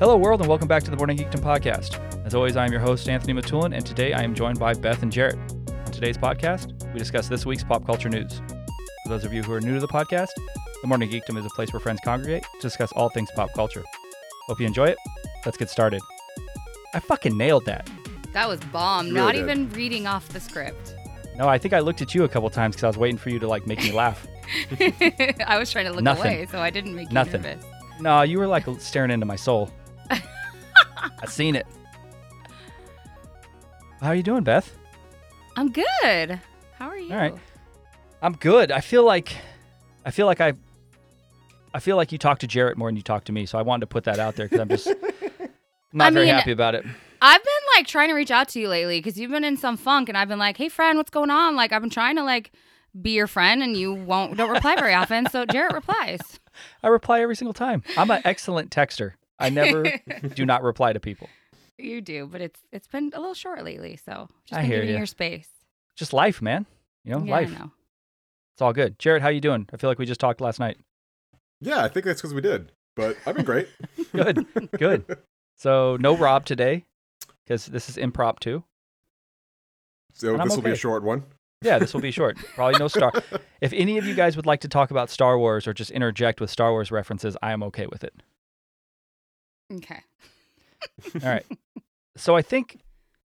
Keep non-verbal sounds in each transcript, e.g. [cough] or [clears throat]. Hello, world, and welcome back to the Morning Geekdom podcast. As always, I am your host, Anthony Matulin, and today I am joined by Beth and Jarrett. On today's podcast, we discuss this week's pop culture news. For those of you who are new to the podcast, the Morning Geekdom is a place where friends congregate to discuss all things pop culture. Hope you enjoy it. Let's get started. I fucking nailed that. That was bomb. Really Not good. even reading off [laughs] the script. [laughs] No, I think I looked at you a couple times because I was waiting for you to like make me laugh. I was trying to look Nothing. away, so I didn't make you Nothing. nervous. No, you were like staring into my soul. I seen it. How are you doing, Beth? I'm good. How are you? right. I'm good. I feel like I feel like I I feel like you talk to Jarrett more than you talk to me, so I wanted to put that out there because I'm [laughs] just not I very mean- happy about it. I've been like trying to reach out to you lately because you've been in some funk, and I've been like, "Hey, friend, what's going on?" Like I've been trying to like be your friend, and you won't don't reply very often. So Jarrett replies. I reply every single time. I'm an excellent texter. I [laughs] never do not reply to people. You do, but it's it's been a little short lately, so just I been hear giving ya. your space. Just life, man. You know, yeah, life. I know. It's all good. Jarrett, how you doing? I feel like we just talked last night. Yeah, I think that's because we did. But I've been [laughs] great. Good. Good. So no Rob today because this is impromptu. So And I'm this will be a okay. short one. Yeah, this will be short. Probably no [laughs] Star. If any of you guys would like to talk about Star Wars or just interject with Star Wars references, I am okay with it. Okay. [laughs] All right. So I think,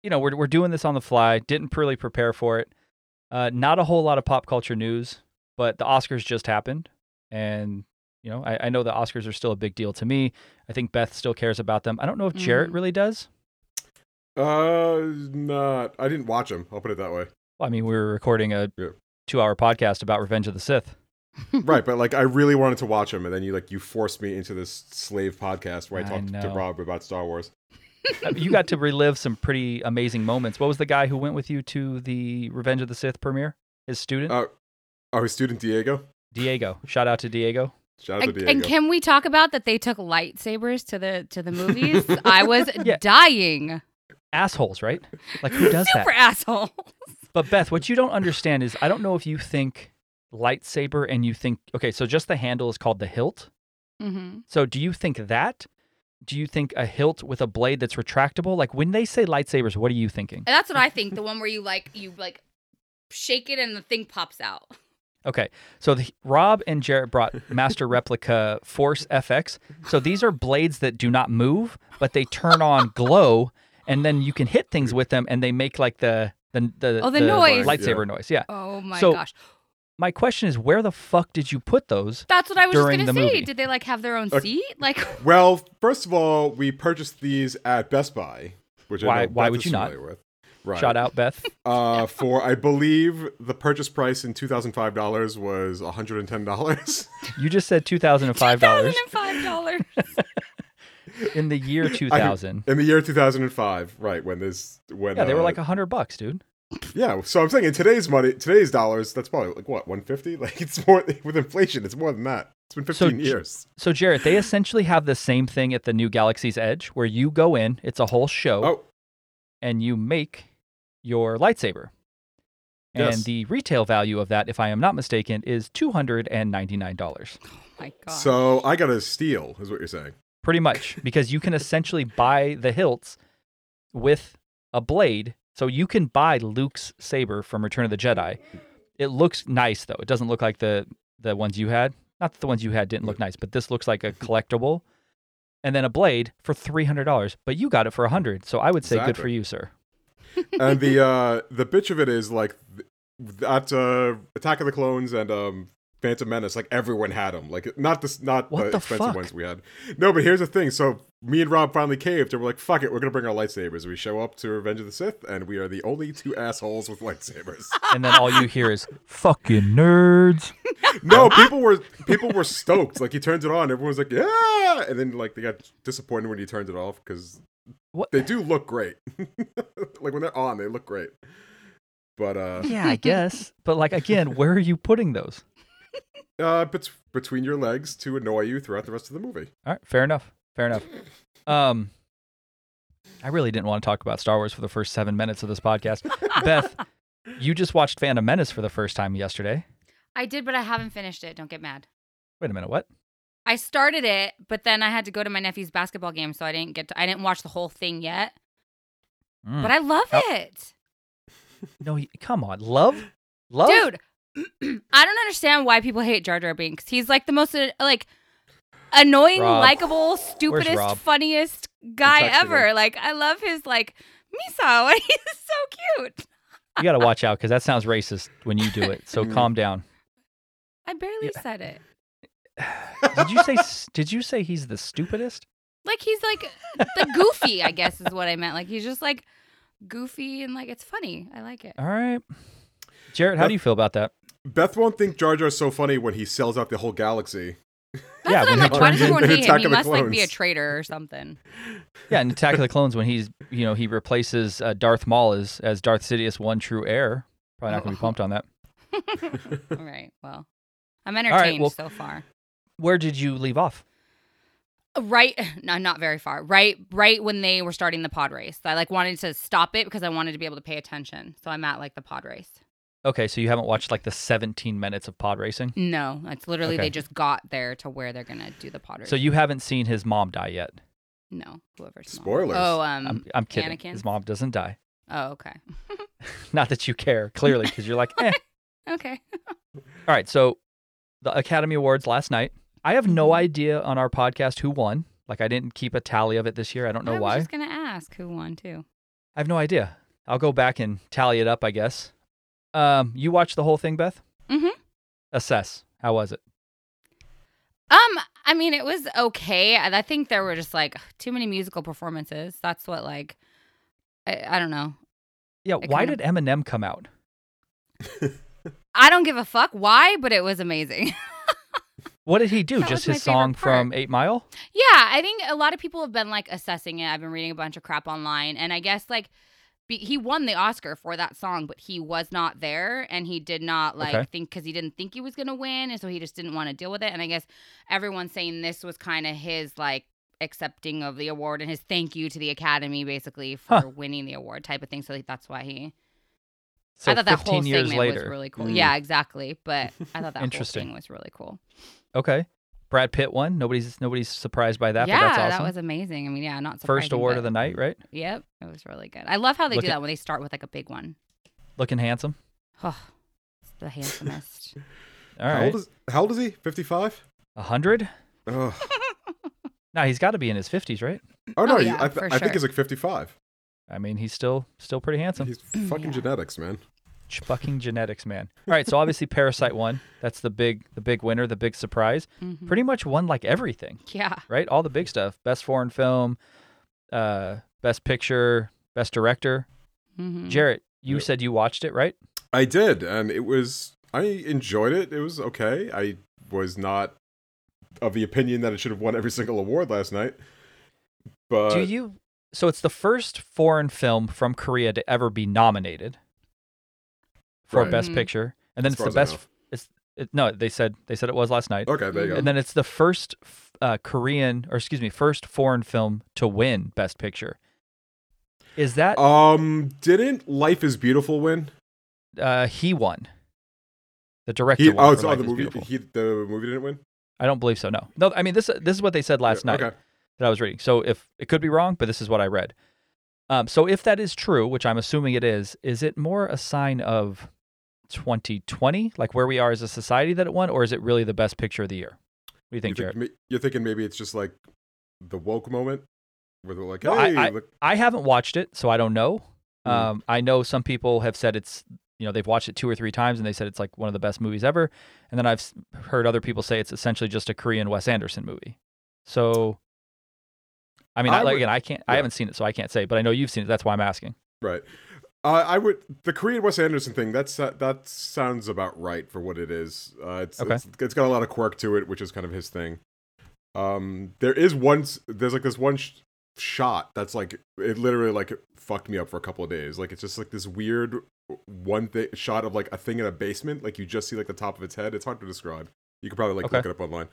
you know, we're we're doing this on the fly. Didn't really prepare for it. Uh, not a whole lot of pop culture news, but the Oscars just happened, and you know, I, I know the Oscars are still a big deal to me. I think Beth still cares about them. I don't know if Jarrett Mhm. really does. Uh, not. I didn't watch him. I'll put it that [laughs] way. Well, I mean, we were recording a Yeah. two-hour podcast about Revenge of the Sith. Right, but like I really wanted to watch him, and then you like you forced me into this slave podcast where I I talked to know. Rob about Star Wars. Uh, you got to relive some pretty amazing moments. What was the guy who went with you to the Revenge of the Sith premiere? His student, Uh, our student Diego. Diego. Shout out to Diego. Shout out to And- Diego. And can we talk about that they took lightsabers to the to [laughs] the movies? I was Yeah. dying. Assholes, right? Like who does that? Super asshole. But Beth, what you don't understand is I don't know if you think lightsaber and you think okay, so just the handle is called the hilt. Mm-hmm. So do you think that? Do you think a hilt with a blade that's retractable? Like when they say lightsabers, what are you thinking? That's what I [laughs] think. The one where you like you like shake it and the thing pops out. Okay, so the, Rob and Jarrett brought Master Replica Force FX. So these are blades that do not move, but they turn on glow, and then you can hit things with them, and they make like the the the, Oh, the noise. lightsaber noise. Yeah. Oh my So- gosh. My question is, where the fuck did you put those? That's what I was just during gonna say. the movie. Did they like have their own Okay. seat? Like [laughs] Well, first of all, we purchased these at Best Buy, which Why- I know why Beth would is you not? familiar With. Right. Shout out, Beth. Uh, for I believe the purchase price in two thousand five dollars was one hundred and ten dollars. [laughs] You just said two thousand and five dollars [laughs] five dollars. Oh in the year two thousand. in the year 2005 right when this when Yeah, they were uh, like a hundred bucks, dude. yeah so i'm saying in today's money today's dollars that's probably like what 150 [laughs] like it's more with inflation it's more than that it's been So 15 j- years So Jarrett, they essentially have the same thing at the new Galaxy's Edge, where you go in, it's a whole show, oh and you make your lightsaber. Yes. And the retail value of that, if I am not mistaken, is two hundred and ninety nine dollars. my god. so i got a steal is what you're saying Pretty much. Because you can essentially buy the hilts with a blade. So you can buy Luke's saber from Return of the Jedi. It looks nice though. It doesn't look like the the ones you had. Not that the ones you had didn't look nice, but this looks like a collectible. And then a blade for three hundred dollars. But you got it for a hundred. So I would say good for Exactly. you, sir. and the uh the bitch of it is like th- that uh attack of the clones and um phantom menace like everyone had them like not this not What the, the expensive fuck? ones we had no but here's the thing so me and rob finally caved and we're like fuck it we're gonna bring our lightsabers we show up to revenge of the sith and we are the only two assholes with lightsabers [laughs] And then all you hear [laughs] is fucking nerds. no people were people were stoked like he turns it on everyone's like yeah and then like they got disappointed when he turned it off because What they do look great [laughs] like when they're on they look great but uh Yeah, I guess. But like again, where are you putting those? uh, bet- between your legs to annoy you throughout the rest of the movie. All right, fair enough. Fair enough. Um, I really didn't want to talk about Star Wars for the first seven minutes of this podcast. [laughs] Beth, you just watched Phantom Menace for the first time yesterday. I did, but I haven't finished it. Don't get mad. Wait a minute, what? I started it, but then I had to go to my nephew's basketball game, so I didn't get to, I didn't watch the whole thing yet. Mm. But I love How- it. no, he- come on, love, love, Dude, [clears throat] I don't understand why people hate Jar Jar Binks. He's like the most uh, like annoying, Rob. likable, stupidest, Rob? funniest guy Texted ever. him. Like I love his like [laughs] Misa. He's so cute. You got to watch out because that sounds racist when you do it. So Mm. calm down. I barely said it. Did you say? s- did you say he's the stupidest? Like he's like the goofy, I guess is what I meant. Like he's just like goofy and like it's funny. I like it. All right, Jarrett, how do you feel about that? Beth won't think Jar Jar's so funny when he sells out the whole galaxy. That's yeah, what I'm when like. he Why turns does everyone into hate him? Attack He of the must like be a Clones. traitor or something. Yeah, in Attack of the Clones, when he's you know he replaces uh, Darth Maul as as Darth Sidious, one true heir. Probably not gonna Oh. be pumped on that. All right. Well, [laughs] I'm right, entertained well- so far. Where did you leave off? Right, [laughs] no, not very far. Right, right when they were starting the pod race, I like wanted to stop it because I wanted to be able to pay attention. So I'm at like the pod race. Okay, so you haven't watched like the 17 minutes of pod racing. No, it's literally Okay. they just got there to where they're gonna do the pod race. So you haven't seen his mom die yet. no, whoever's mom. Spoilers. Oh, um, I'm, I'm kidding. Anakin? His mom doesn't die. [laughs] oh, okay, Not that you [laughs] care, clearly, because you're like, eh. okay. All right, so the Academy Awards last night. I have no Mm-hmm. idea on our podcast who won. Like, I didn't keep a tally of it this year. I don't know I was why. just gonna ask who won too. I have no idea. I'll go back and tally it up, I guess. Um, you watched the whole thing, Beth? Mhm. Assess. How was it? Um, I mean, it was okay. I I think there were just like too many musical performances. That's what like, I, I don't know. Yeah. I why kinda- did Eminem come out? I don't give a fuck why, but it was amazing. [laughs] What did he do? That Just was his my favorite song from part. Eight Mile? Yeah, I think a lot of people have been like assessing it. I've been reading a bunch of crap online, and I guess like be- he won the Oscar for that song, but he was not there, and he did not like Okay. think because he didn't think he was gonna win, and so he just didn't want to deal with it. And I guess everyone's saying this was kind of his like accepting of the award and his thank you to the Academy, basically for Huh. winning the award type of thing. So like, that's why he. So I thought that 15 whole years segment later. Hmm. was really cool. Mm. Yeah, exactly. But [laughs] I thought that whole Interesting. thing was really cool. Okay. Brad Pitt won. Nobody's nobody's surprised by that, yeah, but that's awesome. that was amazing. I mean, yeah, not First surprising, award but- of the night, right? Yep, it was really good. I love how they Look do at- that when they start with like a big one. Looking handsome. Oh, it's [laughs] the handsomest. All how, right. old is, how old is he? 55? A hundred? [laughs] Ugh. No, he's got to be in his fifties, right? Oh, no. Oh, he- yeah, I, th- for I think sure. he's like 55. I mean, he's still still pretty handsome. He's fucking Yeah. genetics, man. Ch- Fucking genetics, man. All right, so [laughs] obviously Parasite won. That's the big the big winner, the big surprise. Mhm. Pretty much won like everything, yeah. right? All the big Mm-hmm. stuff: best foreign film, uh, best picture, best director. Mhm. [laughs] Jarrett, you Yep. said you watched it, right? I did, and it was I enjoyed it. It was okay. I was not of the opinion that it should have won every single award last night. But Do you? So it's the first foreign film from Korea to ever be nominated for Right. best Mhm. picture, and then As it's far the as I best. Mm, It's it, no, they said they said it was last night. Okay, there you go. and then it's the first f- uh, Korean, or excuse me, first foreign film to win Best Picture. Is that Um didn't Life is Beautiful win? uh, he won? The director. Oh. He, won oh, for it's oh, Life the is movie Beautiful. he, the movie didn't win? I don't believe so. No, no. I mean, this this is what they said last Yeah, night Okay. that I was reading. So if it could be wrong, but this is what I read. Um, so if that is true, which I'm assuming it is, is it more a sign of 2020, like where we are as a society, that it won, or is it really the Best Picture of the year? What do you think, you Jared? ma- you're thinking maybe it's just like the woke moment where they're like, No, I- hey, I- look- I haven't watched it, so I don't know. Mm. Um, I know some people have said it's, you know, they've watched it two or three times and they said it's like one of the best movies ever. And then I've s- heard other people say it's essentially just a Korean Wes Anderson movie. So, I mean, I I, like, would- again, I can't, I yeah. haven't seen it, so I can't say, but I know you've seen it. That's why I'm asking. right. Uh, I would the Korean Wes Anderson thing. That's uh, that sounds about right for what it is. Uh, it's, Okay. it's it's got a lot of quirk to it, which is kind of his thing. Um, there is one. s- There's like this one sh- shot that's like it literally like fucked me up for a couple of days. Like it's just like this weird one thing shot of like a thing in a basement. Like you just see like the top of its head. It's hard to describe. You could probably like Okay. look it up online.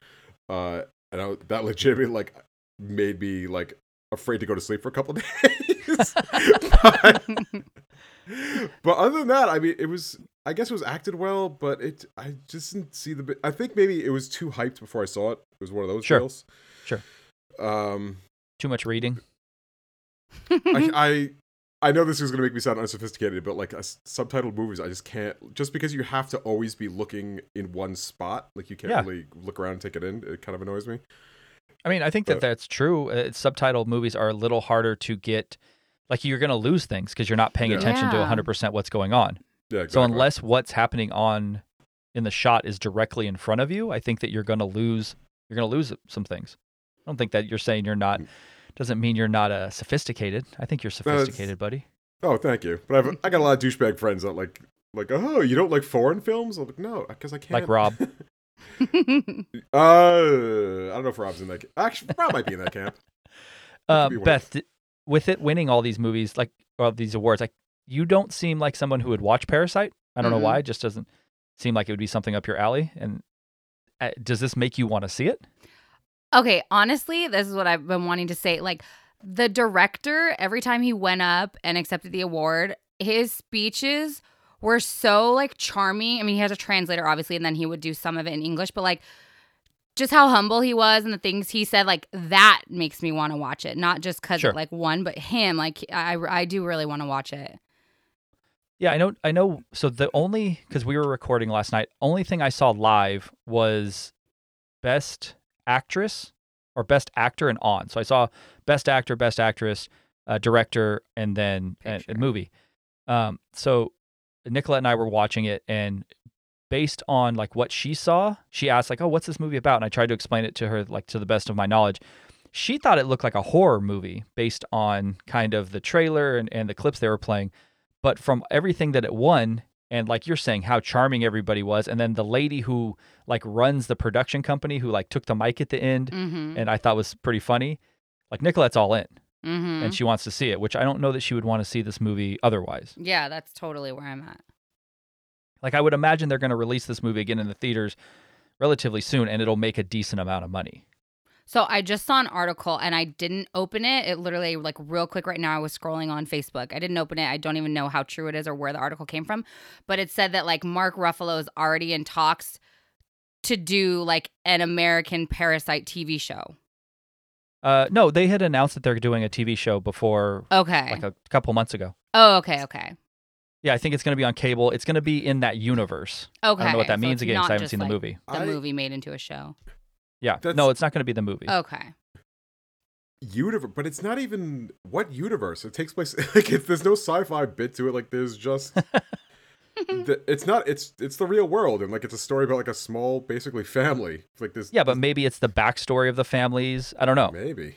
Uh, and I, that [laughs] legitimately like made me like afraid to go to sleep for a couple [laughs] of days. but, but other than that, I mean, it was I guess it was acted well, but it I just didn't see the. bi- I think maybe it was too hyped before I saw it. It was one of those Sure. deals. Sure. Um, Too much reading. oh, Mm-hmm. I, I I know this is gonna make me sound unsophisticated, but like uh, s- subtitled movies, I just can't. Just because you have to always be looking in one spot, like you can't Yeah. really look around and take it in. It kind of annoys me. I mean, I think that But- that's true. Uh, subtitled movies are a little harder to get. Like you're going to lose things because you're not paying Yeah. attention to Yeah. 100% what's going on. Yeah. So Exactly. unless what's happening on in the shot is directly in front of you, I think that you're going to lose you're going to lose some things. I don't think that you're saying you're not doesn't mean you're not uh, sophisticated. I think you're Mm. it's- sophisticated, buddy. Oh, thank you. But I've I got a lot of douchebag friends that like like oh you don't like foreign films? I'm like no, because I can't. Like Rob. [laughs] Uh, I don't know if Rob's in that. Ca- Actually, Rob might be in that [laughs] camp. Uh, be one. Beth, th- with it winning all these movies, like all these awards, like you don't seem like someone who would watch Parasite. I don't Mhm. know why. It just doesn't seem like it would be something up your alley. And uh, does this make you want to see it? Okay, honestly, this is what I've been wanting to say. Like the director, every time he went up and accepted the award, his speeches were so like charming. I mean, he has a translator obviously, and then he would do some of it in English, but like just how humble he was and the things he said, like that makes me want to watch it. Not just because Sure. of like one, but him. Like I, I do really want to watch it. Yeah, I know. I know. So the only because we were recording last night, only thing I saw live was best actress or best actor and on. So I saw best actor, best actress, uh, director, and then a, a Picture. movie. Um, so Nicolette and I were watching it, and based on like what she saw, she asked like, "Oh, what's this movie about?" And I tried to explain it to her like to the best of my knowledge. She thought it looked like a horror movie based on kind of the trailer and, and the clips they were playing but from everything that it won and like you're saying how charming everybody was and then the lady who like runs the production company who like took the mic at the end Mm-hmm. and i thought was pretty funny like nicolette's all in Mm-hmm. and she wants to see it which i don't know that she would want to see this movie otherwise yeah, that's totally where I'm at. like i would imagine they're going to release this movie again in the theaters relatively soon and it'll make a decent amount of money So I just saw an article and I didn't open it. It literally like real quick right now I was scrolling on Facebook. I didn't open it. I don't even know how true it is or where the article came from, but it said that like Mark Ruffalo is already in talks to do like an American Parasite TV show. uh, no they had announced that they're doing a tv show before Okay. like a couple months ago oh, okay, okay. yeah i think it's going to be on cable it's going to be in that universe Okay. i don't know what that So means it's again because not i haven't just, seen like, the movie The I- movie made into a show. Yeah. That's- No, it's not going to be the movie. Okay. Universe, but it's not even what universe. It takes place [laughs] like if there's no sci-fi bit to it. Like there's [laughs] just the, it's not. It's it's the real world, and like it's a story about like a small, basically family. It's like this. yeah, but maybe it's the backstory of the families. I don't know. maybe.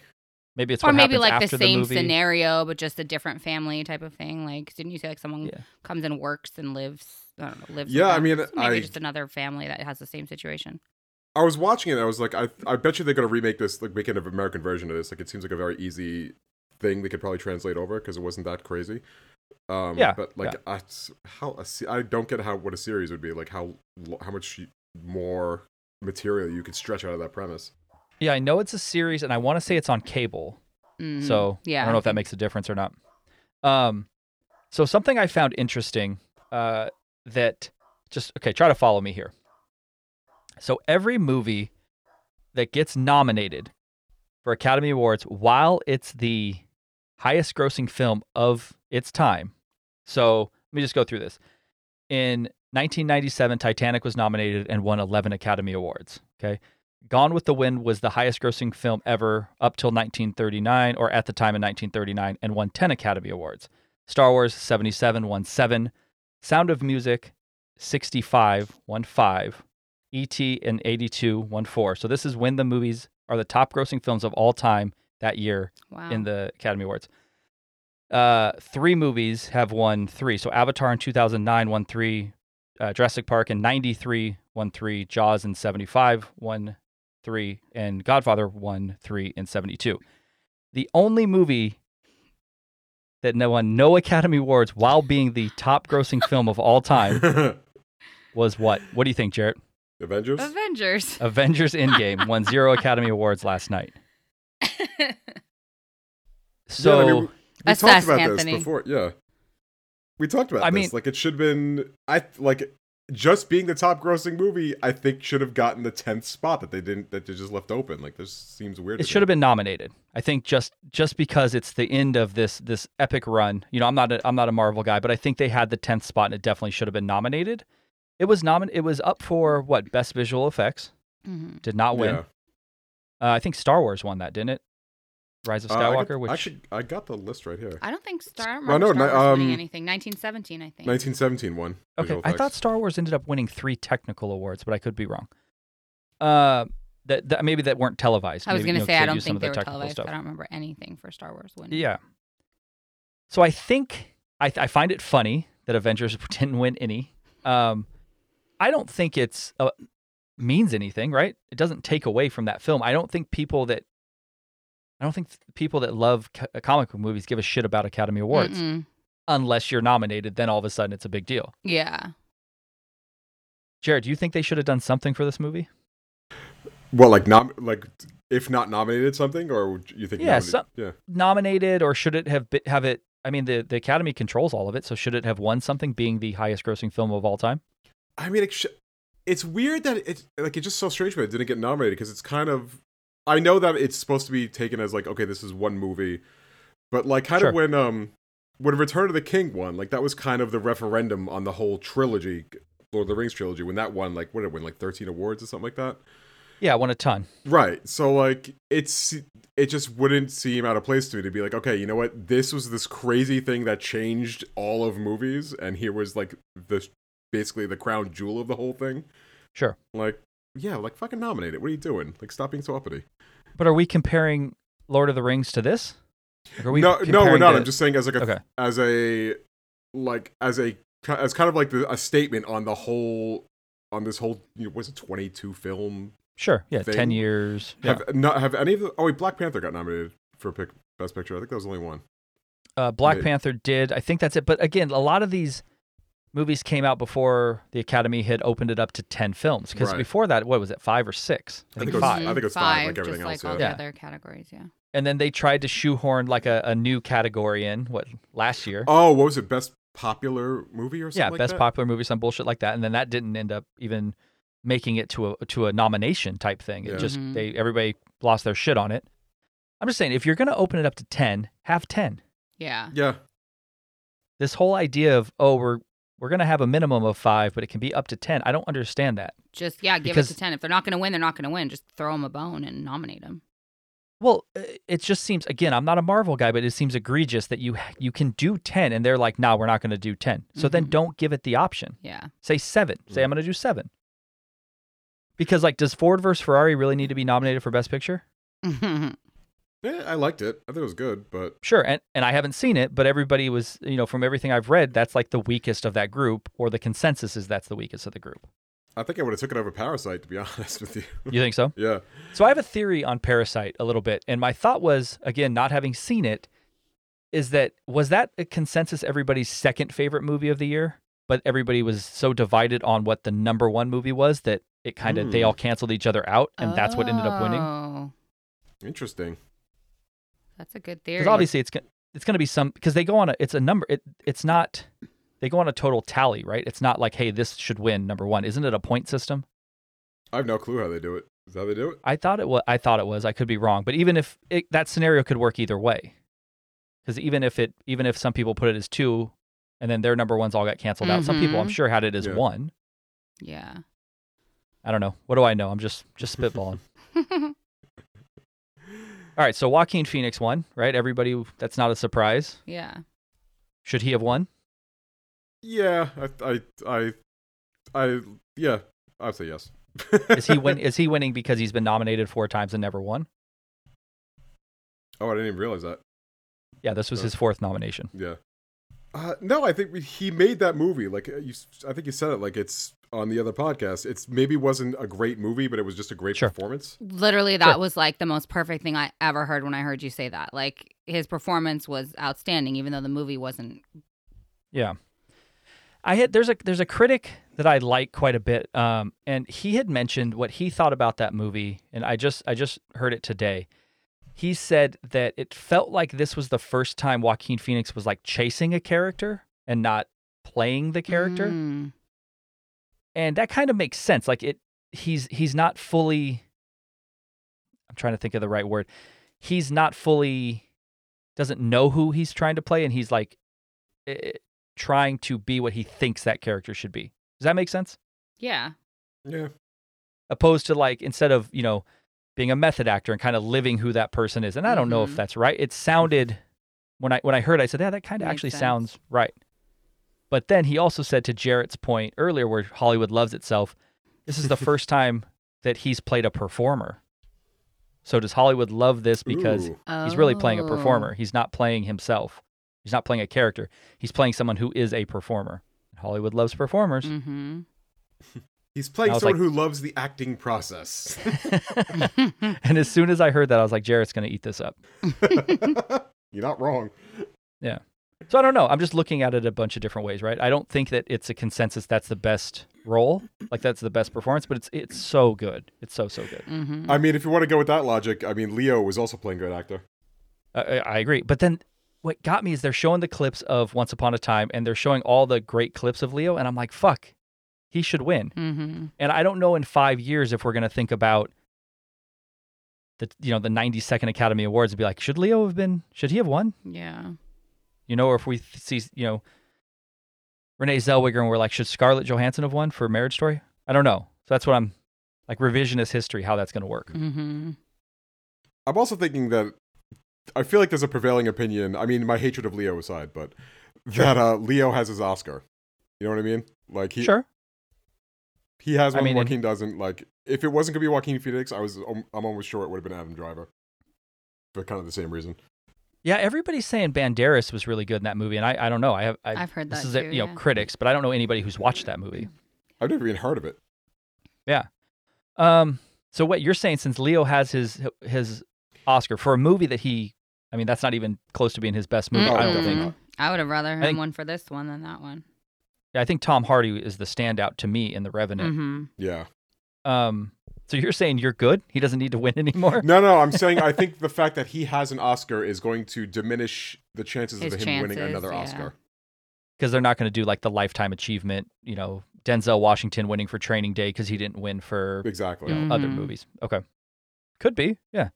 Maybe it's or what maybe happens like the after same movie. scenario, but just a different family type of thing. Like, didn't you say like someone Yeah. comes and works and lives? I don't know, lives. with Yeah, I them? mean, So maybe I- just another family that has the same situation. I was watching it. and I was like, I I bet you they're gonna remake this, like make an American version of this. Like it seems like a very easy thing they could probably translate over because it wasn't that crazy. Um, Yeah, but like I s how a se- I don't get how what a series would be like how lo- how much you- more material you could stretch out of that premise. Yeah, I know it's a series, and I want to say it's on cable. Mhm. So yeah, I don't know if that makes a difference or not. Um, so something I found interesting uh, that just okay, try to follow me here. So every movie that gets nominated for Academy Awards, while it's the highest grossing film of its time, so let me just go through this. In 1997, Titanic was nominated and won 11 Academy Awards. Okay. Gone with the Wind was the highest grossing film ever up till 1939 or at the time in 1939 and won 10 Academy Awards. Star Wars 77 won 7. Sound of Music 65 won 5. E.T. and 82 won 4. So this is when the movies are the top grossing films of all time that year wow. in the Academy Awards. Uh, three movies have won three. So Avatar in 2009 won three, uh, Jurassic Park in 93 won three, Jaws in 75 won three, and Godfather won three in 72. The only movie that no won no Academy Awards while being the top grossing film of all time was what? What do you think, Jarrett? [laughs] Avengers. [laughs] Avengers. [laughs] Avengers Endgame won zero Academy Awards last night. So. Yeah, I mean, we- we talked Assess, about Anthony. this before. Yeah, We talked about I this. mean- like it should have been I like just being the top grossing movie, I think should have gotten the tenth spot that they didn't that they just left open. Like this seems weird. It should have been nominated. I think just just because it's the end of this this epic run. You know, I'm not a, I'm not a Marvel guy, but I think they had the tenth spot, and it definitely should have been nominated. It was nomin. It was up for what best visual effects. hmm Did not win. Uh, I think Star Wars won that, didn't it? Rise of Skywalker, Uh, I got, which actually, I got the list right here. I don't think Star. I don't Well, remember no, Star Wars winning um, anything. 1917, I think. 1917 one. Okay, visual I thought effects. Star Wars ended up winning three technical awards, but I could be wrong. Uh, that, that maybe that weren't televised. I was Maybe, you going to know, they say I don't used some think of they the were technical televised. stuff. I don't remember anything for Star Wars winning. Yeah. So I think I, th- I find it funny that Avengers [laughs] didn't win any. Um, I don't think it's uh, means anything, right? It doesn't take away from that film. I don't think people that I don't think th- people that love co- comic book movies give a shit about Academy Awards Mm-mm. unless you're nominated. Then all of a sudden, it's a big deal. Yeah. Jared, do you think they should have done something for this movie? Well, like not like if not nominated something, or would you think? Yeah, nominated- some- yeah. Nominated, or should it have be- have it? I mean, the the Academy controls all of it, so should it have won something, being the highest grossing film of all time? I mean, it sh- it's weird that it like it's just so strange, but it didn't get nominated because it's kind of. I know that it's supposed to be taken as like, okay, this is one movie, but like kind Sure. of when um when Return of the King won, like that was kind of the referendum on the whole trilogy, Lord of the Rings trilogy. When that won, like what did it win, like thirteen awards or something like that. Yeah, it won a ton. Right. So like it's it just wouldn't seem out of place to me to be like, okay, you know what? This was this crazy thing that changed all of movies and here was like the basically the crown jewel of the whole thing. Sure. Like, yeah, like fucking nominate it. What are you doing? Like stop being so uppity. But are we comparing Lord of the Rings to this? Like, are we no, no, we're comparing not. the- I'm just saying as like a okay. as a like as a as kind of like the, a statement on the whole on this whole you know, what's it 22 film Sure. Yeah, thing. ten years. Yeah. have not have any of the oh wait Black Panther got nominated for pick best picture I think that was the only one uh, Black Wait. Panther did. I think that's it. But again, a lot of these movies came out before the Academy had opened it up to ten films. Because Right. before that, what was it? Five or six? I I think think it was- five. I think it's five, five, like everything just else, like all yeah. Yeah. the other categories. Yeah. And then they tried to shoehorn like a, a new category in. What last year? Oh, what was it? Best popular movie or something? yeah, like best that? popular movie, some bullshit like that. And then that didn't end up even making it to a to a nomination type thing. It Yeah. just Mhm. they everybody lost their shit on it. I'm just saying, if you're gonna open it up to ten, have ten. Yeah. Yeah, This whole idea of oh we're we're gonna have a minimum of five, but it can be up to ten. I don't understand that. Just yeah, give it Because- to ten. If they're not going to win, they're not going to win. Just throw them a bone and nominate them. Well, uh, it just seems again, I'm not a Marvel guy, but it seems egregious that you you can do ten, and they're like, nah, we're not gonna do ten. So then Mhm. don't give it the option. Yeah. [laughs] Say seven. Say Mm. I'm gonna do seven. Because like, does Ford versus Ferrari really need to be nominated for Best Picture? Eh, I liked it. I thought it was good, but Sure, and and I haven't seen it, but everybody was, you know, from everything I've read, that's like the weakest of that group, or the consensus is that's the weakest of the group. I think I would have took it over Parasite to be [laughs] honest with you. You think so? yeah, So I have a theory on Parasite a little bit, and my thought was, again, not having seen it, is that was that a consensus everybody's second favorite movie of the year, but everybody was so divided on what the number one movie was that it kind of they Mm. all canceled each other out, and that's what ended up winning. Oh, interesting. that's a good theory. Because obviously it's go- it's going to be some because they go on a it's a number it it's not they go on a total tally right it's not like hey this should win number one isn't it a point system I have no clue how they do it. Is that how they do it? I thought it was I thought it was I could be wrong but even if it, that scenario could work either way because even if it even if some people put it as two and then their number ones all got canceled out some people I'm Mhm. sure had it as Yeah. one yeah. [laughs] I don't know what do I know I'm just just spitballing all right so Joaquin Phoenix won right everybody that's not a surprise yeah. should he have won Yeah, I, I, I, I yeah, I'd say yes. is he win is he winning because he's been nominated four times and never won [laughs] Oh, I didn't even realize that. yeah this was his fourth nomination. Yeah. Uh, no, I think we- he made that movie. Like uh, you, s- I think you said it. Like it's on the other podcast. It's maybe wasn't a great movie, but it was just a great Sure. performance. Literally, that Sure. was like the most perfect thing I ever heard when I heard you say that. Like his performance was outstanding, even though the movie wasn't. Yeah. I had there's a there's a critic that I like quite a bit, um, and he had mentioned what he thought about that movie, and I just I just heard it today. He said that it felt like this was the first time Joaquin Phoenix was like chasing a character and not playing the character. Mm. And that kind of makes sense. Like it he's he's not fully I'm trying to think of the right word. He's not fully doesn't know who he's trying to play and he's like eh, trying to be what he thinks that character should be. Does that make sense? Yeah. Yeah. opposed to like instead of you know being a method actor and kind of living who that person is and i don't know if Mhm. that's right it sounded when i when i heard it, i said yeah that kind of Makes actually sense. sounds right but then he also said to jarrett's point earlier where hollywood loves itself this [laughs] is the first time that he's played a performer so does hollywood love this because Ooh. he's really playing a Oh. performer he's not playing himself he's not playing a character he's playing someone who is a performer hollywood loves performers Mhm. he's playing I was someone who loves the acting [laughs] process. [laughs] and as soon as i heard that i was like jarrett's going to eat this up You're not wrong. So I don't know. I'm just looking at it a bunch of different ways, right? I don't think that it's a consensus that's the best role, like that's the best performance, but it's it's so good. It's so so good. Mhm. I mean, if you want to go with that logic, I mean, Leo was also playing good actor. I, I I agree. But then what got me is they're showing the clips of Once Upon a Time and they're showing all the great clips of Leo, and I'm like, fuck, he should win. Mhm. And I don't know in five years if we're gonna think about the you know the 92nd Academy Awards and be like, should Leo have been? Should he have won? Yeah. You know, or if we th- see, you know, Renee Zellweger and we're like, should Scarlett Johansson have won for Marriage Story? I don't know. So that's what I'm like revisionist history, how that's going to work. Mhm. I'm also thinking that I feel like there's a prevailing opinion. I mean, my hatred of Leo aside, but that uh, Leo has his Oscar. You know what I mean? Like he sure. he has I one. mean, and- Joaquin doesn't. Like if it wasn't gonna be Joaquin Phoenix, I was um, I'm almost sure it would have been Adam Driver for kind of the same reason. Yeah. Everybody's saying Banderas was really good in that movie. And I, I don't know. I have, I, I've heard this that is, too, a, you know, yeah. critics, but I don't know anybody who's watched that movie. I've never even heard of it. Mm. Um, so what you're saying, since Leo has his, his Oscar for a movie that he, I mean, that's not even close to being his best movie. Oh, Mm, I don't definitely think. not. I would have rather him think- one for this one than that one. I think Tom Hardy is the standout to me in The Revenant. Mhm. Yeah. Um, so you're saying you're good? He doesn't need to win [laughs] anymore? No, no. I'm saying I think the fact that he has an Oscar is going to diminish the chances His of him winning chances, another yeah. Oscar. because they're not going to do like the lifetime achievement, you know, Denzel Washington winning for Training Day because he didn't win for Exactly. you know, other Mhm. movies. Okay, could be, yeah.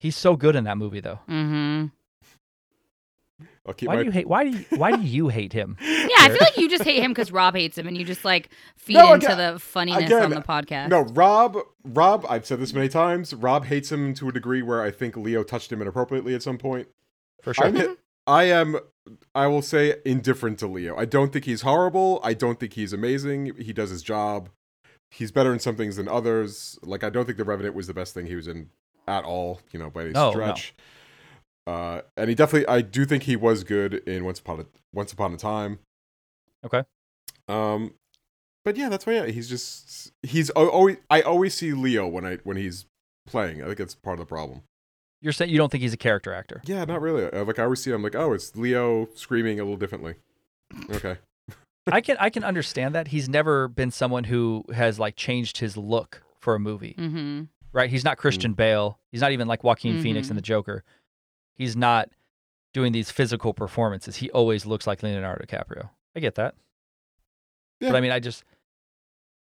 He's so good in that movie, though. Mhm. I'll keep why my do you hate? Why do you, why [laughs] do you hate him? [laughs] Yeah, I feel like you just hate him because Rob hates him, and you just like feed No, into aga- the funniness again, on the podcast. No, Rob. Rob. I've said this many times. Rob hates him to a degree where I think Leo touched him inappropriately at some point. For sure. I'm, I am. I will say indifferent to Leo. I don't think he's horrible. I don't think he's amazing. He does his job. He's better in some things than others. Like I don't think the Revenant was the best thing he was in at all. You know, by any No, no. stretch. Uh, and he definitely. I do think he was good in Once Upon a Once Upon a Time. Okay. Um, but yeah, that's why yeah, he's just he's al- always. I always see Leo when I when he's playing. I think that's part of the problem. You're saying you don't think he's a character actor. Yeah, not really. Uh, Like I always see, it, I'm like, oh, it's Leo screaming a little differently. Okay. I can I can understand that. He's never been someone who has like changed his look for a movie, Mm-hmm. right? He's Mm. not Christian Bale. He's not even like Joaquin Phoenix Mhm. in The Joker. He's not doing these physical performances. He always looks like Leonardo DiCaprio. I get that. Yeah. But I mean, I just,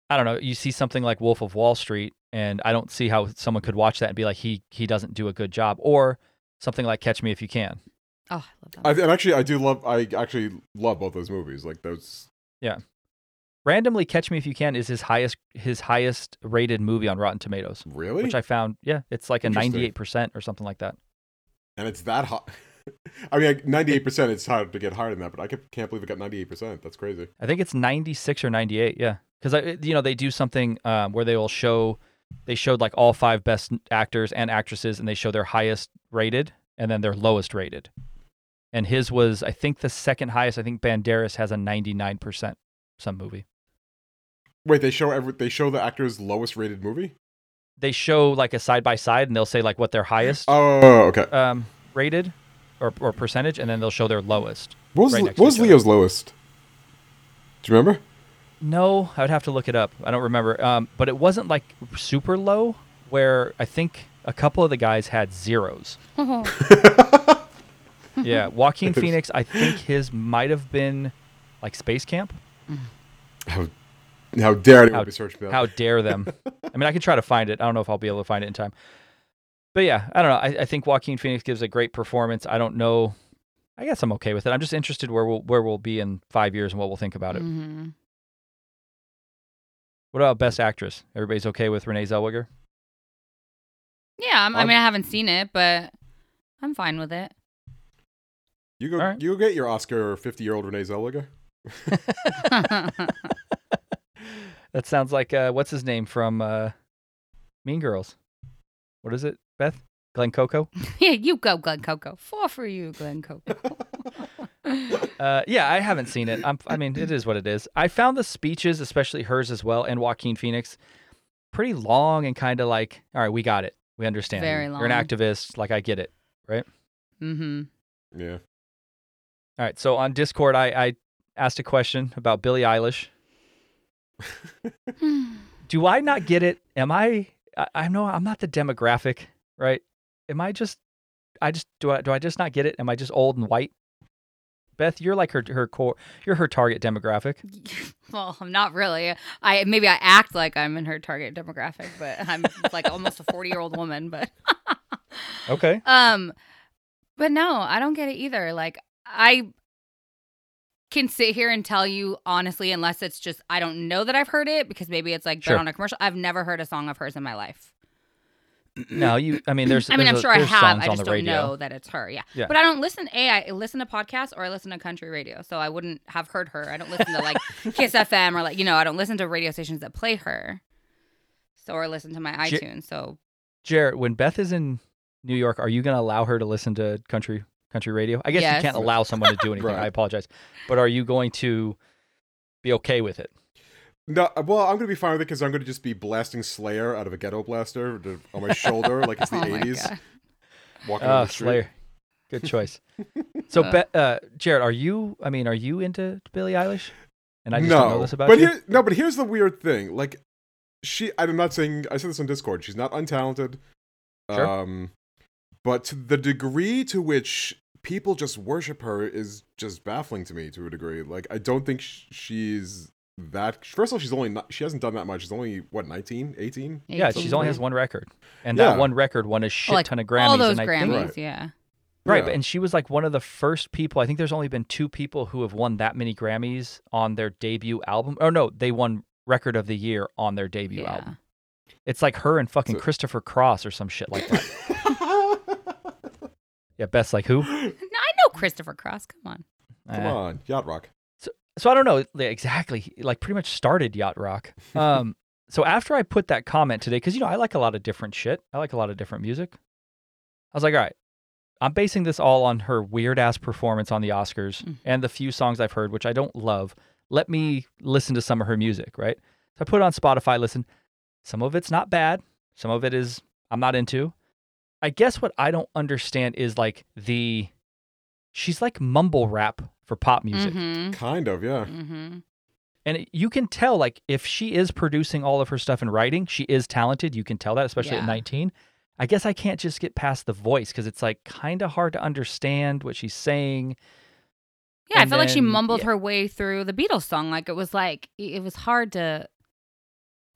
I don't know. You see something like Wolf of Wall Street, and I don't see how someone could watch that and be like, he he doesn't do a good job, or something like Catch Me If You Can. Oh, I love that. I, and actually, I do love. I actually love both those movies. Like those. Randomly, Catch Me If You Can is his highest his highest rated movie on Rotten Tomatoes, Really. which I found yeah, it's like a Interesting. ninety eight percent or something like that. and it's that hot. [laughs] I mean, like, 98%. It's hard to get higher than that, but I ca- can't believe it got 98%. That's crazy. I think it's 96 or 98. Yeah. Cause I, you know, they do something um, where they will show, they showed like all five best actors and actresses and they show their highest rated and then their lowest rated. And his was, I think, the second highest. I think Banderas has a 99% some movie. Wait, they show every. They show the actor's lowest rated movie. They show like a side by side and they'll say like what their highest Oh, okay. um, rated or, or percentage and then they'll show their lowest. What was, right Le- next what to was each other. Leo's lowest? Do you remember? [laughs] No, I would have to look it up. I don't remember. Um, but it wasn't like super low, where I think a couple of the guys had zeros. [laughs] Mm-hmm. yeah, Joaquin Phoenix, I think his might have been like space camp. How, how dare anyone How- be searching me up? How dare them? I mean, I can try to find it. I don't know if I'll be able to find it in time. But yeah, I don't know. I, I think Joaquin Phoenix gives a great performance. I don't know. I guess I'm okay with it. I'm just interested where we'll where we'll be in five years and what we'll think about it. hmm What about Best Actress? Everybody's okay with Renee Zellweger? Yeah, I'm, I I'm- mean, I haven't seen it, but I'm fine with it. [laughs] you go. Alright. You go get your Oscar, fifty-year-old Renee Zellweger. That sounds like uh, what's his name from uh, Mean Girls? What is it, Beth? Glenn Coco? yeah, you go, Glen Coco. Four for you, [laughs] Glen Coco. Uh, yeah, I haven't seen it. I'm, I mean, it is what it is. I found the speeches, especially hers as well, and Joaquin Phoenix, pretty long and kind of like, all right, we got it. We understand. Very You're long. an activist. Like, I get it. mm-hmm. [sighs] Yeah. All right. So on Discord, I, I asked a question about Billie Eilish. Do I not get it? Am I, I, I know I'm not the demographic, right? Am I just, I just, do I, do I just not get it? Am I just old and white? Beth, you're like her, her core, you're her target demographic. well, I'm not really. I maybe I act like I'm in her target demographic, but I'm like almost a 40 year old woman. But Okay. Um, but no, I don't get it either. Like I can sit here and tell you honestly, unless it's just I don't know that I've heard it because maybe it's like Sure. been on a commercial. I've never heard a song of hers in my life. No, you. I mean, there's. [clears throat] I mean, there's I'm a- sure I there's have. songs I on just the don't radio. know that it's her. Yeah. Yeah. But I don't listen. A, I listen to podcasts or I listen to country radio, so I wouldn't have heard her. I don't listen [laughs] to like Kiss FM or like you know I don't listen to radio stations that play her. So or listen to my J- iTunes. [laughs] So Jarrett, when Beth is in New York, are you going to allow her to listen to country country radio? I guess Yes. you can't allow someone to do anything. Right. I apologize, but are you going to be okay with it? No, well, I'm gonna be fine with it because I'm gonna just be blasting Slayer out of a ghetto blaster to- on my shoulder like it's [laughs] the oh my '80s, god. walking down Oh, the street. Slayer, [laughs] good choice. so, Uh. Be- uh, Jarrett, are you? I mean, are you into Billie Eilish? And I just no, don't know this about but you. here, no, but here's the weird thing. Like, she, I'm not saying. I said this on Discord. She's not untalented. Sure. Um, but to the degree to which people just worship her is just baffling to me to a degree. Like, I don't think sh- she's that. First of all, she's only not, she hasn't done that much. She's only what 19, [laughs] 18. yeah, she's only has one record, and Yeah. that one record won a shit like, ton of Grammys. all those and I think- Grammys. Right. Yeah. Right, Yeah. and she was like one of the first people. I think there's only been two people who have won that many Grammys on their debut album. Or no, they won Record of the Year on their debut yeah. album. It's like her and fucking So- Christopher Cross or some shit like [laughs] that. yeah, Beth's like who? No, I know Christopher Cross. Come on. Come Eh. on, Yacht Rock. so I don't know like, exactly. Like pretty much started yacht rock. Um, so after I put that comment today, because you know I like a lot of different shit. I like a lot of different music. I was like, all right, I'm basing this all on her weird ass performance on the Oscars Mhm. and the few songs I've heard, which I don't love. Let me listen to some of her music, right? So I put it on Spotify. Listen, some of it's not bad. Some of it is I'm not into. I guess what I don't understand is like the she's like mumble rap for pop music. Mm-hmm. Kind of, yeah. Mm-hmm. And it- you can tell, like, if she is producing all of her stuff and writing, she is talented. You can tell that, especially Yeah. at 19. I guess I can't just get past the voice because it's like kind of hard to understand what she's saying. Yeah, I And felt like she then- mumbled yeah. her way through the Beatles song. Like it was like it it was hard to.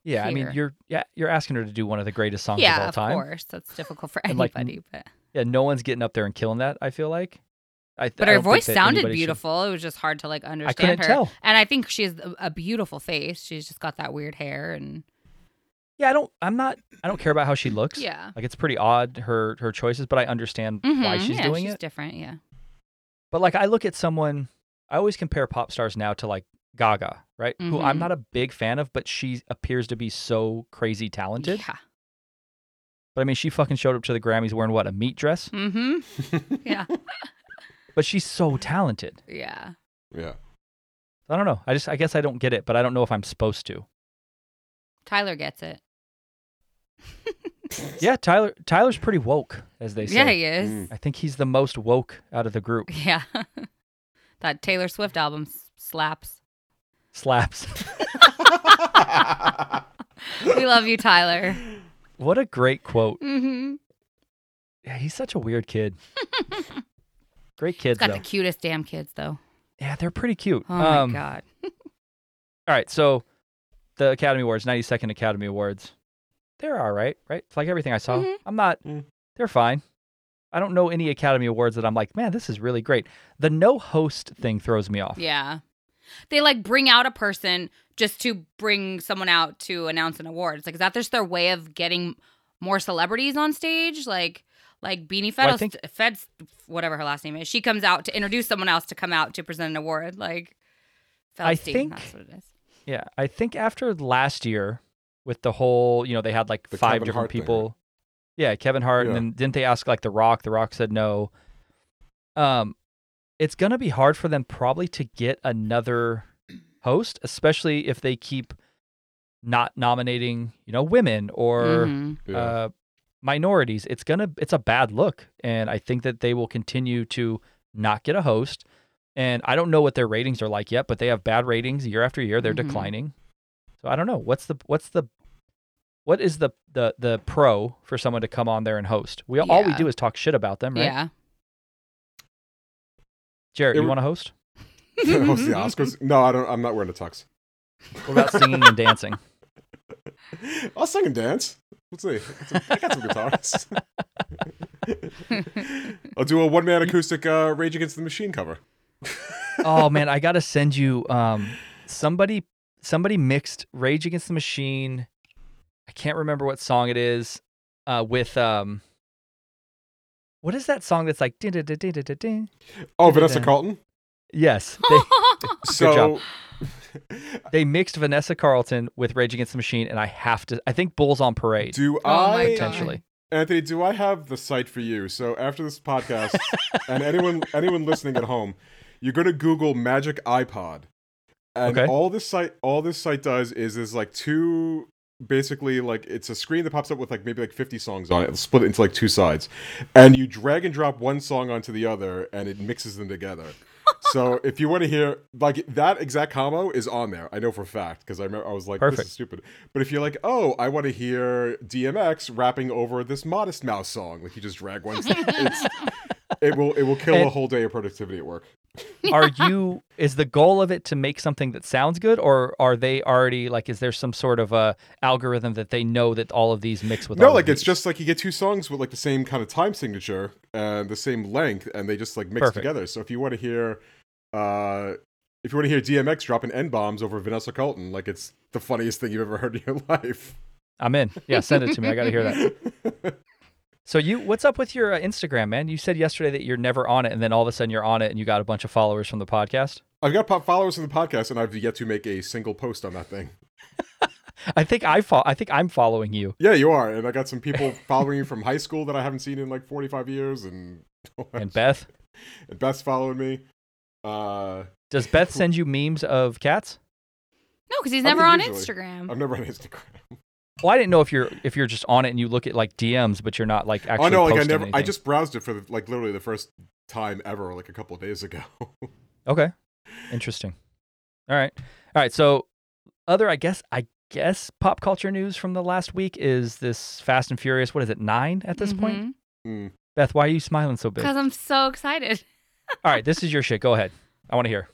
Yeah, I mean, Here. you're yeah, you're asking her to do one of the greatest songs of yeah, all of time. course, that's difficult for [laughs] And, like, anybody. but Yeah, no one's getting up there and killing that. I feel like. I, but I her don't think voice that sounded anybody should- beautiful. It was just hard to like I understand couldn't her. tell. And I think she has a, a beautiful face. She's just got that weird hair and Yeah, I don't. I'm not. I don't care about how she looks. yeah. Like it's pretty odd her her choices, but I understand why Mhm, she's yeah, doing she's it. Different, yeah. But like I look at someone, I always compare pop stars now to like Gaga, right? Who I'm Mhm. not a big fan of, but she appears to be so crazy talented. Yeah. But I mean, she fucking showed up to the Grammys wearing what a meat dress, Mm-hmm. yeah. but she's Mm-hmm. so talented. Yeah. Yeah. [laughs] I don't know. I just I guess I don't get it, but I don't know if I'm supposed to. Tyler gets it. Yeah, Tyler Tyler's pretty woke, as they say. Yeah, he is. Mm. I think he's the most woke out of the group. [laughs] Yeah. [laughs] that Taylor Swift album s- slaps. Slaps. We love you, Tyler. what a great quote. Mm-hmm. [laughs] Yeah, he's such a weird kid. great He's kids got though. the cutest damn kids, though. Yeah, they're pretty cute. Oh Um, my god. All right, so the Academy Awards, 92nd Academy Awards, they're all right, right? It's like everything I saw. Mhm. I'm not, Mm. they're fine. I don't know any Academy Awards that I'm like, man, this is really great. The no host thing throws me off. Yeah. They like bring out a person just to bring someone out to announce an award. It's like is that just their way of getting more celebrities on stage? Like like Beanie Well, I Feddles, think- Feds, whatever her last name is, she comes out to introduce someone else to come out to present an award. Like, I Feldstein, think- that's what it is. Yeah, I think after last year with the whole, you know, they had like The five Kevin different Hart thing, people. Yeah, Kevin Hart, Yeah. and then didn't they ask like The Rock? The Rock said no. Um, it's gonna be hard for them probably to get another host, especially if they keep not nominating, you know, women or Mhm. Yeah. [laughs] uh, minorities. It's gonna it's a bad look, and I think that they will continue to not get a host. And I don't know what their ratings are like yet, but they have bad ratings year after year. They're Mhm. declining. So I don't know what's the what's the what is the the the pro for someone to come on there and host. We all we Yeah. do is talk shit about them, right? yeah. Jared, It you re- want to host? host the Oscars? No, I don't. I'm not wearing a tux. What [laughs] about singing and dancing? [laughs] I'll sing and dance. Let's see. I got some guitars. [laughs] I'll do a one man acoustic uh, Rage Against the Machine cover. oh man, I gotta send you um somebody somebody mixed Rage Against the Machine. I can't remember what song it is. Uh with um what is that song that's like ding ding ding ding ding ding, ding? Oh, Vanessa Yeah. Carlton. [laughs] Yes. [laughs] They So, [laughs] they mixed Vanessa Carlton with Rage Against the Machine and I have to I think Bulls on Parade do Oh my I God. potentially. Anthony, do I have the site for you? So after this podcast, and anyone anyone listening at home, you're gonna Google Magic iPod, and Okay. all this site all this site does is is like two basically like it's a screen that pops up with like maybe like 50 songs on it It'll split it into like two sides and you drag and drop one song onto the other and it mixes them [laughs] together so if you want to hear like that exact combo is on there i know for a fact because i remember i was like this Perfect. is stupid but if you're like oh i want to hear dmx rapping over this modest mouse song like you just drag one [laughs] it's, it will it will kill And- a whole day of productivity at work [laughs] Are you is the goal of it to make something that sounds good or are they already like is there some sort of a algorithm that they know that all of these mix with No, all of like it's these? just like you get two songs with like the same kind of time signature and the same length, and they just like mix Perfect. together. So if you want to hear, uh, if you want to hear DMX dropping n bombs over Vanessa Carlton, like it's the funniest thing you've ever heard in your [laughs] life. I'm in. Yeah, send it to me. I got to hear that. So you, what's up with your uh, Instagram, man? You said yesterday that you're never on it, and then all of a sudden you're on it, and you got a bunch of followers from the podcast. I've got pop followers in the podcast, and I've yet to make a single post on that thing. I think I fo- I think I'm following you, Yeah, you are, and I got some [laughs] people following me from high school that I haven't seen in like forty five years, and [laughs] and Beth. and Beth's following me. Uh, Does [laughs] Beth send you memes of cats? No, because he's I never mean, on usually. Instagram. I'm never [laughs] on Instagram. Well, I didn't know if you're if you're just on it and you look at like DMs, but you're not like actually. oh no, like I posting never. I anything. just browsed it for the, like literally the first time ever, like a couple of days ago. [laughs] okay. Interesting. All right, all right. So other, I guess, I guess pop culture news from the last week is this Fast and Furious. What is it? Nine at this Mm-hmm. point. Mm. Beth, why are you smiling so big? Because I'm so excited. All right, this is your shit. Go ahead. I want to hear.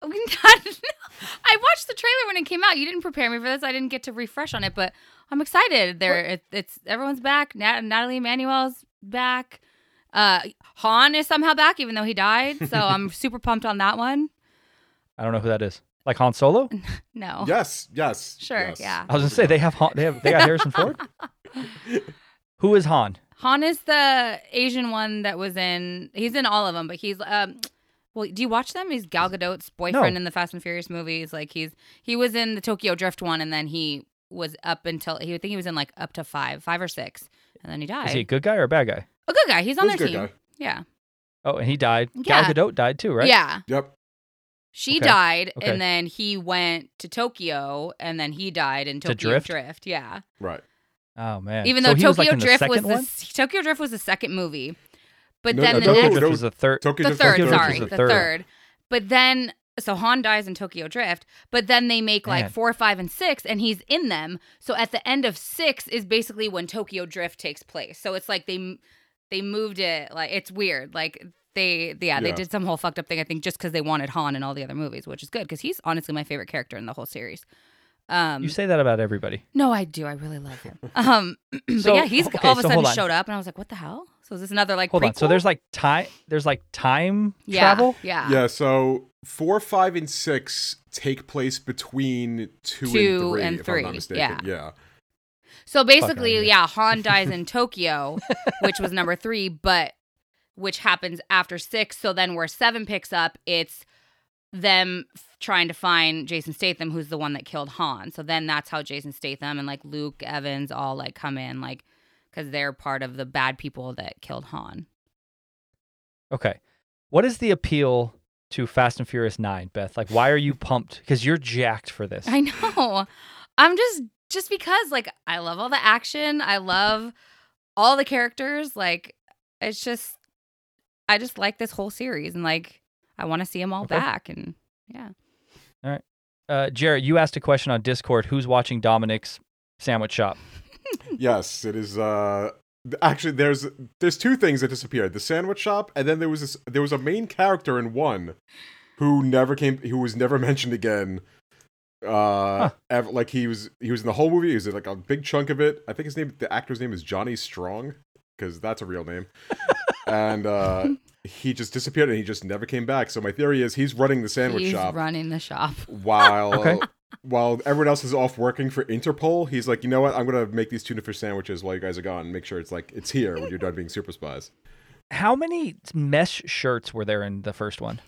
[laughs] I watched the trailer when it came out. You didn't prepare me for this. I didn't get to refresh on it, but I'm excited. There, it, it's everyone's back. Nat- Natalie Manuel's back. Uh, Han is somehow back, even though he died. [laughs] So I'm super pumped on that one. I don't know who that is. Like Han Solo. [laughs] No, Yes, yes, Oh. Sure, yes. yeah. I was gonna say they have Han, they have they got Harrison [laughs] Ford. Who is Han? Han is the Asian one that was in. He's in all of them, but he's um. Well, do you watch them? He's Gal Gadot's boyfriend No. in the Fast and Furious movies. Like he's he was in the Tokyo Drift one, and then he was up until he I think he was in like up to five, five or six, and then he died. Is he a good guy or a bad guy? a good guy. He's on He's a their good team. guy. Yeah. Oh, and he died. Yeah. Gal Gadot died too, right? Yeah. Yep. She Okay. died, Okay. and then he went to Tokyo, and then he died in To Tokyo Drift? Yeah. Right. Oh man. Even So though he Tokyo was, like, in the Drift second was the, one? s- Tokyo Drift was the second movie, but No, then no, the Tokyo next Tokyo Drift Drift- was the third. Tokyo the Drift third, Tokyo Drift sorry, is the, the third. third. But then, so Han dies in Tokyo Drift. But then they make Man. like four, five, and six, and he's in them. So at the end of six is basically when Tokyo Drift takes place. So it's like they m- they moved it. Like it's weird. Like they yeah, they Yeah. did some whole fucked up thing I think just because they wanted Han in all the other movies, which is good because he's honestly my favorite character in the whole series. Um, You say that about everybody. no, I do. I really love him. [laughs] Um, [clears throat] but So, yeah, he's okay, all of a so sudden hold on. showed up, and I was like, "What the hell?" So is this another like Hold prequel? on. So there's like time. There's like time yeah, travel. yeah, Yeah, so four, five, and six take place between two, and Two three, and if I'm three, not mistaken. Yeah. So basically, idea. yeah, Han dies in Tokyo, which was number three, but which happens after six. So then, where seven picks up, it's them f- trying to find Jason Statham, who's the one that killed Han. So then that's how Jason Statham and like Luke Evans all like come in, like because they're part of the bad people that killed Han. Okay. What is the appeal to Fast and Furious Nine, Beth? Like, why are you pumped? Because you're jacked for this. I know. I'm just just because like I love all the action. I love all the characters. Like it's just I just like this whole series and like I want to see them all Okay. back and yeah. Uh, Jared, you asked a question on Discord. Who's watching Dominic's sandwich shop? yes, it is uh th- actually there's there's two things that disappeared. The sandwich shop and then there was this there was a main character in one who never came who was never [laughs] mentioned again. Uh Huh. ever, like he was he was in the whole movie, he was in like a big chunk of it. I think his name the actor's name is Johnny Strong cuz that's a real name. and uh he just disappeared and he just never came back. So my theory is he's running the sandwich He's shop running the shop. [laughs] while Ah, Okay. while everyone else is off working for Interpol, he's like, you know what? I'm gonna make these tuna fish sandwiches while you guys are gone. and Make sure it's like it's here when you're done being super spies. How many mesh shirts were there in the first one?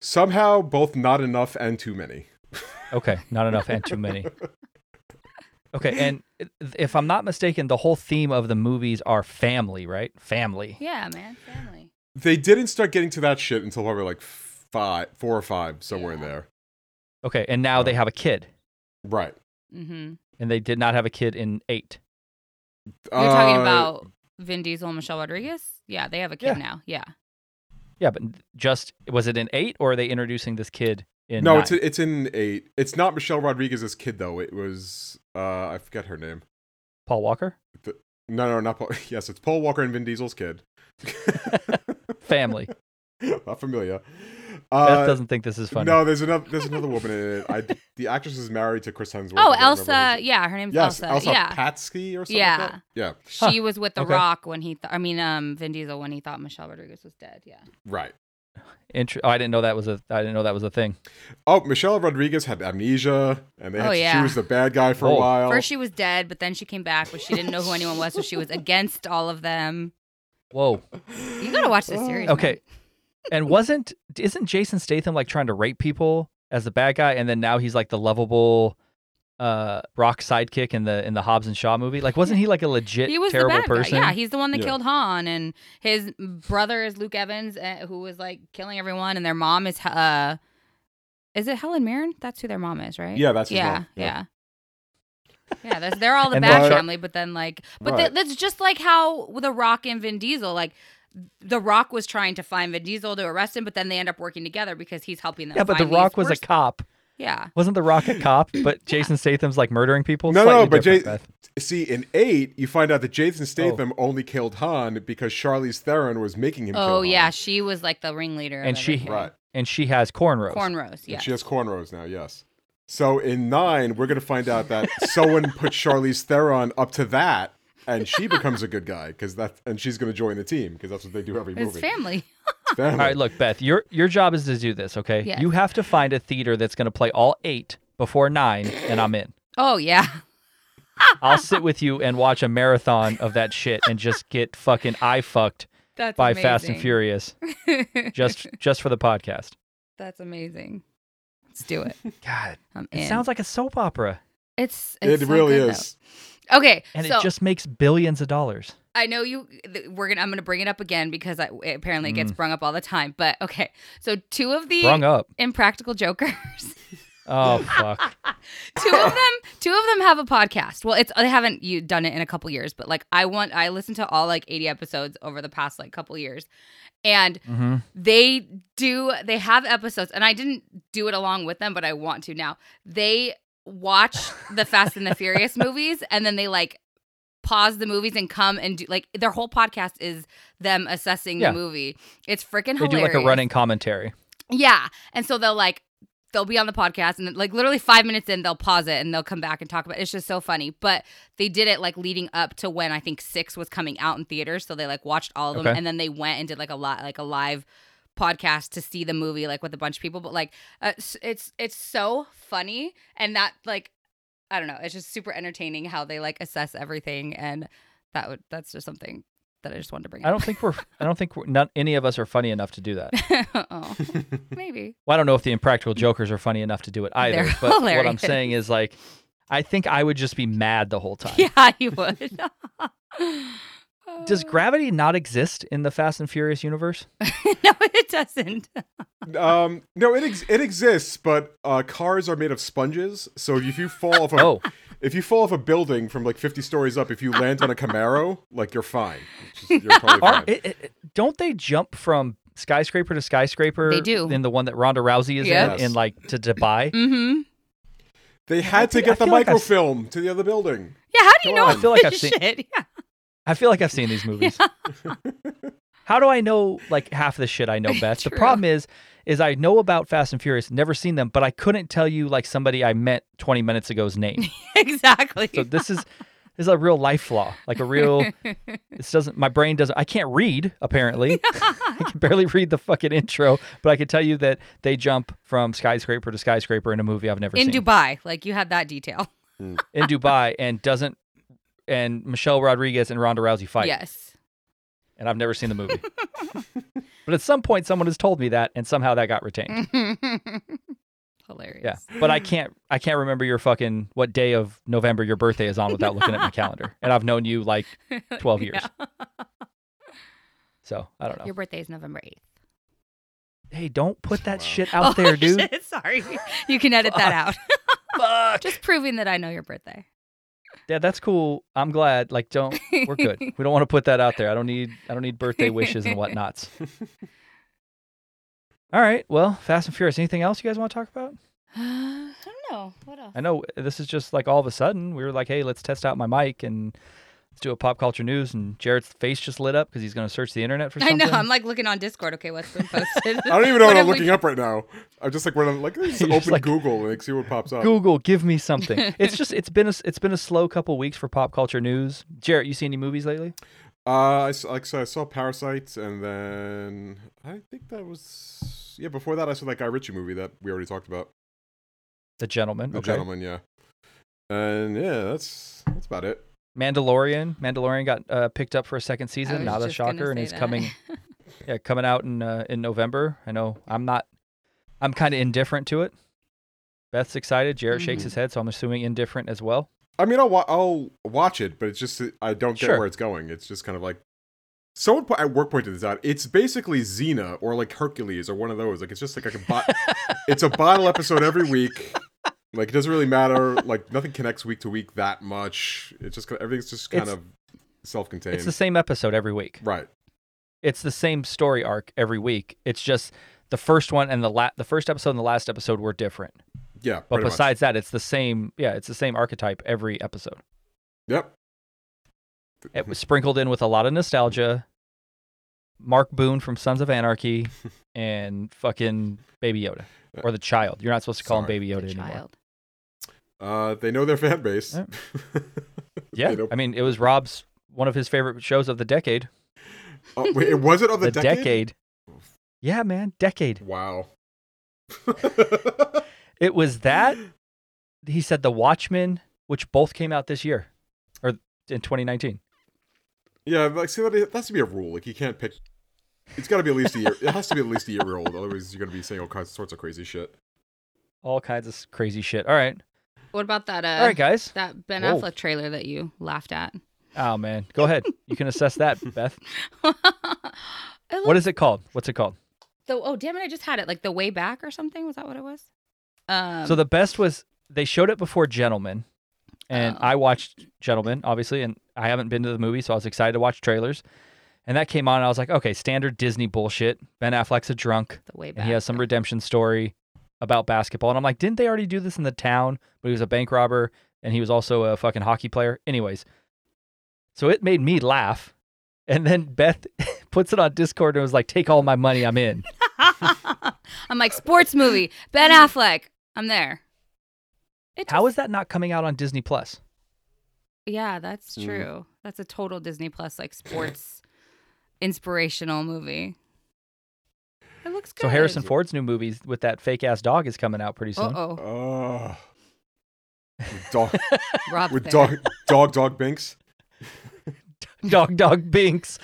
Somehow, both not enough and too many. Okay, not enough and too many. Okay, and if I'm not mistaken, the whole theme of the movies are family, right? Family. yeah, man, family. They didn't start getting to that shit until probably like five, four or five, somewhere in there. Okay, and now they have a kid, Right. Mm-hmm. and they did not have a kid in eight. You're talking Uh, about Vin Diesel and Michelle Rodriguez? Yeah, they have a kid Yeah. now. Yeah. Yeah, but just was it in eight, or are they introducing this kid in? no, nine? it's it's in eight. It's not Michelle Rodriguez's kid though. It was uh, I forget her name. Paul Walker. No, no, not Paul. [laughs] Yes, it's Paul Walker and Vin Diesel's kid. [laughs] Family. not familiar. Beth Uh, doesn't think this is funny. No, there's another there's another woman in it. I, the actress is married to Chris Hemsworth. Oh, I don't remember Elsa. who's- Yeah, her name's Yes, Elsa. Elsa Yeah. Patsky or something. Yeah. Like that? Yeah. Huh. She was with The Okay. Rock when he, th- I mean, um, Vin Diesel when he thought Michelle Rodriguez was dead. Yeah. Right. Intre- oh, I didn't know that was a. I didn't know that was a thing. Oh, Michelle Rodriguez had amnesia, and they had Oh, to yeah. choose the bad guy for Whoa. a while. First she was dead, but then she came back, but she didn't know who anyone was, so she was against all of them. Whoa. You gotta watch this Oh, series. Okay. And wasn't isn't Jason Statham like trying to rape people as the bad guy, and then now he's like the lovable uh rock sidekick in the in the Hobbs and Shaw movie? Like, wasn't he like a legit man. He was the terrible bad person? guy. Yeah, he's the one that Yeah. killed Han, and his brother is Luke Evans, uh, who was like killing everyone, and their mom is, uh, is it Helen Mirren? That's who their mom is, right? Yeah, that's his yeah, mom. yeah. Yeah, that's, they're all the And uh, bad Right. family, but then like, but Right. th- that's just like how The Rock and Vin Diesel, like, The Rock was trying to find Vin Diesel to arrest him, but then they end up working together because he's helping them. Yeah, but The find these Rock was a worst- cop. yeah. Wasn't The Rock a [laughs] cop? But Jason Statham's like murdering people. No, Slightly no, but different, Ja- Beth. See, in eight, you find out that Oh. Jason Statham only killed Han because Charlize Theron was making him. Oh kill yeah, Han. she was like the ringleader, of And she- everything. Right. and she has cornrows. cornrows. And Yeah, She has cornrows now. Yes. So in nine, we're gonna find out [laughs] that someone put Charlize Theron up to that, and she becomes a good guy because that, and she's gonna join the team because that's what they do every it's movie. family. [laughs] All right, look, Beth, your your job is to do this, okay? Yes. You have to find a theater that's going to play all eight before nine, and I'm in. Oh yeah, [laughs] I'll sit with you and watch a marathon of that shit and just get fucking eye fucked that's by Fast and amazing. Furious [laughs] just just for the podcast. that's amazing. Let's do it. God, I'm [laughs] it in. sounds like a soap opera, it's, It it's so really good, is. though. Okay, and so it just makes billions of dollars. I know you. th- We're gonna. I'm gonna bring it up again because I, it apparently gets brung up all the time. But okay, so two of the Mm. Brung up. impractical jokers. [laughs] Oh fuck. two of them two of them have a podcast well it's they haven't you done it in a couple years but like i want i listened to all like 80 episodes over the past like couple years and Mhm. they do they have episodes and i didn't do it along with them but i want [laughs] to now they watch the fast and the furious movies and then they like pause the movies and come and do like their whole podcast is them assessing Yeah. the movie. It's freaking They hilarious. do like a running commentary. Yeah. And so they'll like they'll be on the podcast and like literally 5 minutes in they'll pause it and they'll come back and talk about it. It's just so funny. But they did it like leading up to when I think 6 was coming out in theaters, so they like watched all of them Okay. and then they went and did like a lot like a live podcast to see the movie like with a bunch of people but like uh, s- it's it's so funny and that like I don't know, it's just super entertaining how they like assess everything and that would that's just something that I just wanted to bring I up. don't think we're. I don't think we're, not any of us are funny enough to do that. [laughs] [laughs] oh, maybe. Well, I don't know if the Impractical Jokers are funny enough to do it either. They're but what I'm hilarious. saying is like, I think I would just be mad the whole time. Yeah, you would. [laughs] Does gravity not exist in the Fast and Furious universe? [laughs] no, it doesn't. [laughs] um, no, it ex- it exists, but uh, cars are made of sponges. So if you fall off a Oh, if you fall off a building from like 50 stories up, if you land on a Camaro, like you're fine. It's just- [laughs] You're totally Ah. are, fine. it, it- don't they jump from skyscraper to skyscraper? They do. In the one that Ronda Rousey is Yep. in, in like to Dubai. Mm-hmm. They had to think- I get the feel like I've- microfilm to the other building. Yeah, how do Come you know? on. all I feel like this I've seen- shit? [laughs] Yeah. I feel like I've seen [laughs] these movies. [laughs] How do I know like half the shit I [laughs] know, Beth? The True. problem is, is I know about Fast and Furious, never seen them, but I couldn't tell you like somebody I met 20 minutes ago's name. exactly. So this is this is a real life flaw, like a [laughs] real. This doesn't. My brain doesn't. I can't read. Apparently, [laughs] I can barely read the fucking intro, but I can tell you that they jump from skyscraper to skyscraper in a movie I've never In seen Dubai, like you had that detail. in Dubai, and doesn't. And Michelle Rodriguez and Ronda Rousey fight. Yes. [laughs] and I've never seen the movie. but at some point, someone has told me that, and somehow that got Mm. retained. Hilarious. Yeah, but I can't. I can't remember your fucking what day of November your birthday is on without looking at my calendar. And I've known you like [laughs] twelve years. So I don't know. Your birthday is November 8th. Hey, don't put that Wow. shit out [laughs] there, dude. Oh, shit, sorry. You can edit that out. [laughs] Fuck. Just proving that I know your birthday. Yeah, that's cool. I'm glad. Like, don't. We're [laughs] good. We don't want to put that out there. I don't need. I don't need birthday wishes and [laughs] whatnots. All right. Well, Fast and Furious. Anything else you guys want to talk about? [gasps] I don't know. What else? I know uh, this is just like all of a sudden we were like, hey, let's test out my mic and let's do a pop culture news. And Jared's face just lit up because he's going to search the internet for I something. know. I'm like looking on Discord. Okay, what's been [laughs] posted? I don't even know what, I'm have we- looking up right now. I'm just like, when I'm like, let's You're just open like- Google and like, see what pops up. Google, give me something. [laughs] it's just it's been a it's been a slow couple weeks for pop culture news. Jared, you see any movies lately? Uh, I s- like so I saw Parasite, and then I think that was yeah. Before that, I saw that Guy Ritchie movie that we already talked about, The Gentleman. The okay. Gentleman. Yeah, and yeah, that's that's about it. Mandalorian. Mandalorian got uh, picked up for a second I season. was Not a just gonna shocker, and say is that. [laughs] coming yeah coming out in uh, in November. I know I'm not. I'm kind of indifferent to it. Beth's excited. Jared shakes Mhm. his head, so I'm assuming indifferent as well. I mean, I'll wa- I'll watch it, but it's just that I don't get Sure. where it's going. It's just kind of like someone po- at work pointed this out. It's basically Xena or like Hercules or one of those. Like it's just like a [laughs] bot. it's a bottle episode every week. Like it doesn't really matter. Like nothing connects week to week that much. It's just kind of- everything's just kind It's- of self-contained. It's the same episode every week. right. it's the same story arc every week. It's just the first one and the la- the first episode and the last episode were different. Yeah. But pretty much. besides that, it's the same. Yeah, it's the same archetype every episode. Yep. It was sprinkled in with a lot of nostalgia. Mark Boone from Sons of Anarchy and fucking Baby Yoda or the child. You're not supposed to call Sorry. him Baby The Yoda anymore. child. Uh, they know their fan base. Yeah. Yeah, They know- I mean it was Rob's one of his favorite shows of the decade. [laughs] oh, wait, it was it of the, The decade. Yeah, man, decade. Wow. [laughs] It was that. He said The Watchmen, which both came out this year or in 2019. yeah, like see that that has to be a rule. Like you can't pick. It's got to be at least a year. It has to be at least a year [laughs] old. Otherwise, you're gonna be saying all kinds sorts of crazy shit. All kinds of s- crazy shit. All right. What about that? Uh, All right, guys. That Ben Whoa. Affleck trailer that you laughed at. Oh, man. Go ahead. You can assess [laughs] that, Beth. What what is is it called? What's it called? the? Oh damn it! I just had it like the way back or something. Was that what it was? Um, So the best was they showed it before Gentlemen, and Oh. I watched Gentlemen, obviously, and I haven't been to the movie, so I was excited to watch trailers. And that came on, and I was like, okay, standard Disney bullshit. Ben Affleck's a drunk, the way back. and he has some redemption story about basketball. And I'm like, didn't they already do this in the town? But he was a bank robber, and he was also a fucking hockey player. Anyways, So it made me laugh. And then Beth [laughs] puts it on Discord and was like, "Take all my money, I'm in." [laughs] I'm like sports movie, [laughs] Ben Affleck. I'm there. [laughs] It How is that not coming out on Disney Plus? Yeah, that's Hmm. Mm. true. That's a total Disney Plus like sports inspirational movie. It looks good. So Harrison Ford's new movie with that fake ass dog is coming out pretty Uh soon. oh, Oh. With dog, Rob. with dog, dog, dog Binks. [laughs] Dog [laughs] Dog Binks.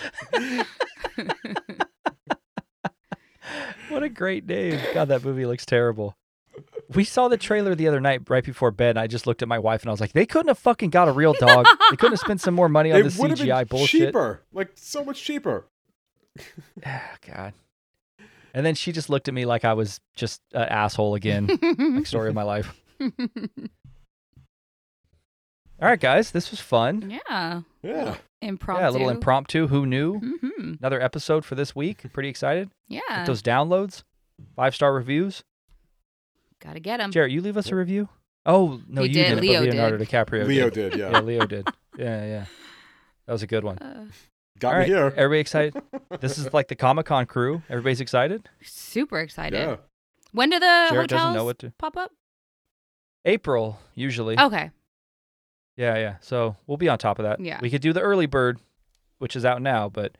What a great name. God, that movie looks terrible. We saw the trailer the other night right before bed, and I just looked at my wife and I was like, they couldn't have fucking got a real dog. they couldn't have spent some more money on It this would have CGI been bullshit. cheaper, like so much cheaper. Ah, [sighs] God. And then she just looked at me like I was just an asshole again. [laughs] like, story of my life. All right, guys, this was fun. [laughs] yeah, Yeah, impromptu. Yeah, a little impromptu. Who knew? hmm Another episode for this [laughs] week. Pretty excited. Yeah, Get those downloads, five star reviews. Mm-hmm. gotta get him. Jarrett, you leave us a review. Oh no, He you did. did. Leo but Leonardo did. DiCaprio. Leo Did. did. Yeah, Yeah, [laughs] Leo did. Yeah, yeah. That was a good one. Uh, got All me right, here. [laughs] everybody excited? This is like the Comic Con crew. Everybody's excited. super excited. yeah, When do the Jared doesn't hotels know what to. pop up? April usually. Okay. Yeah, yeah. So we'll be on top of that. Yeah. We could do the early bird, which is out now, but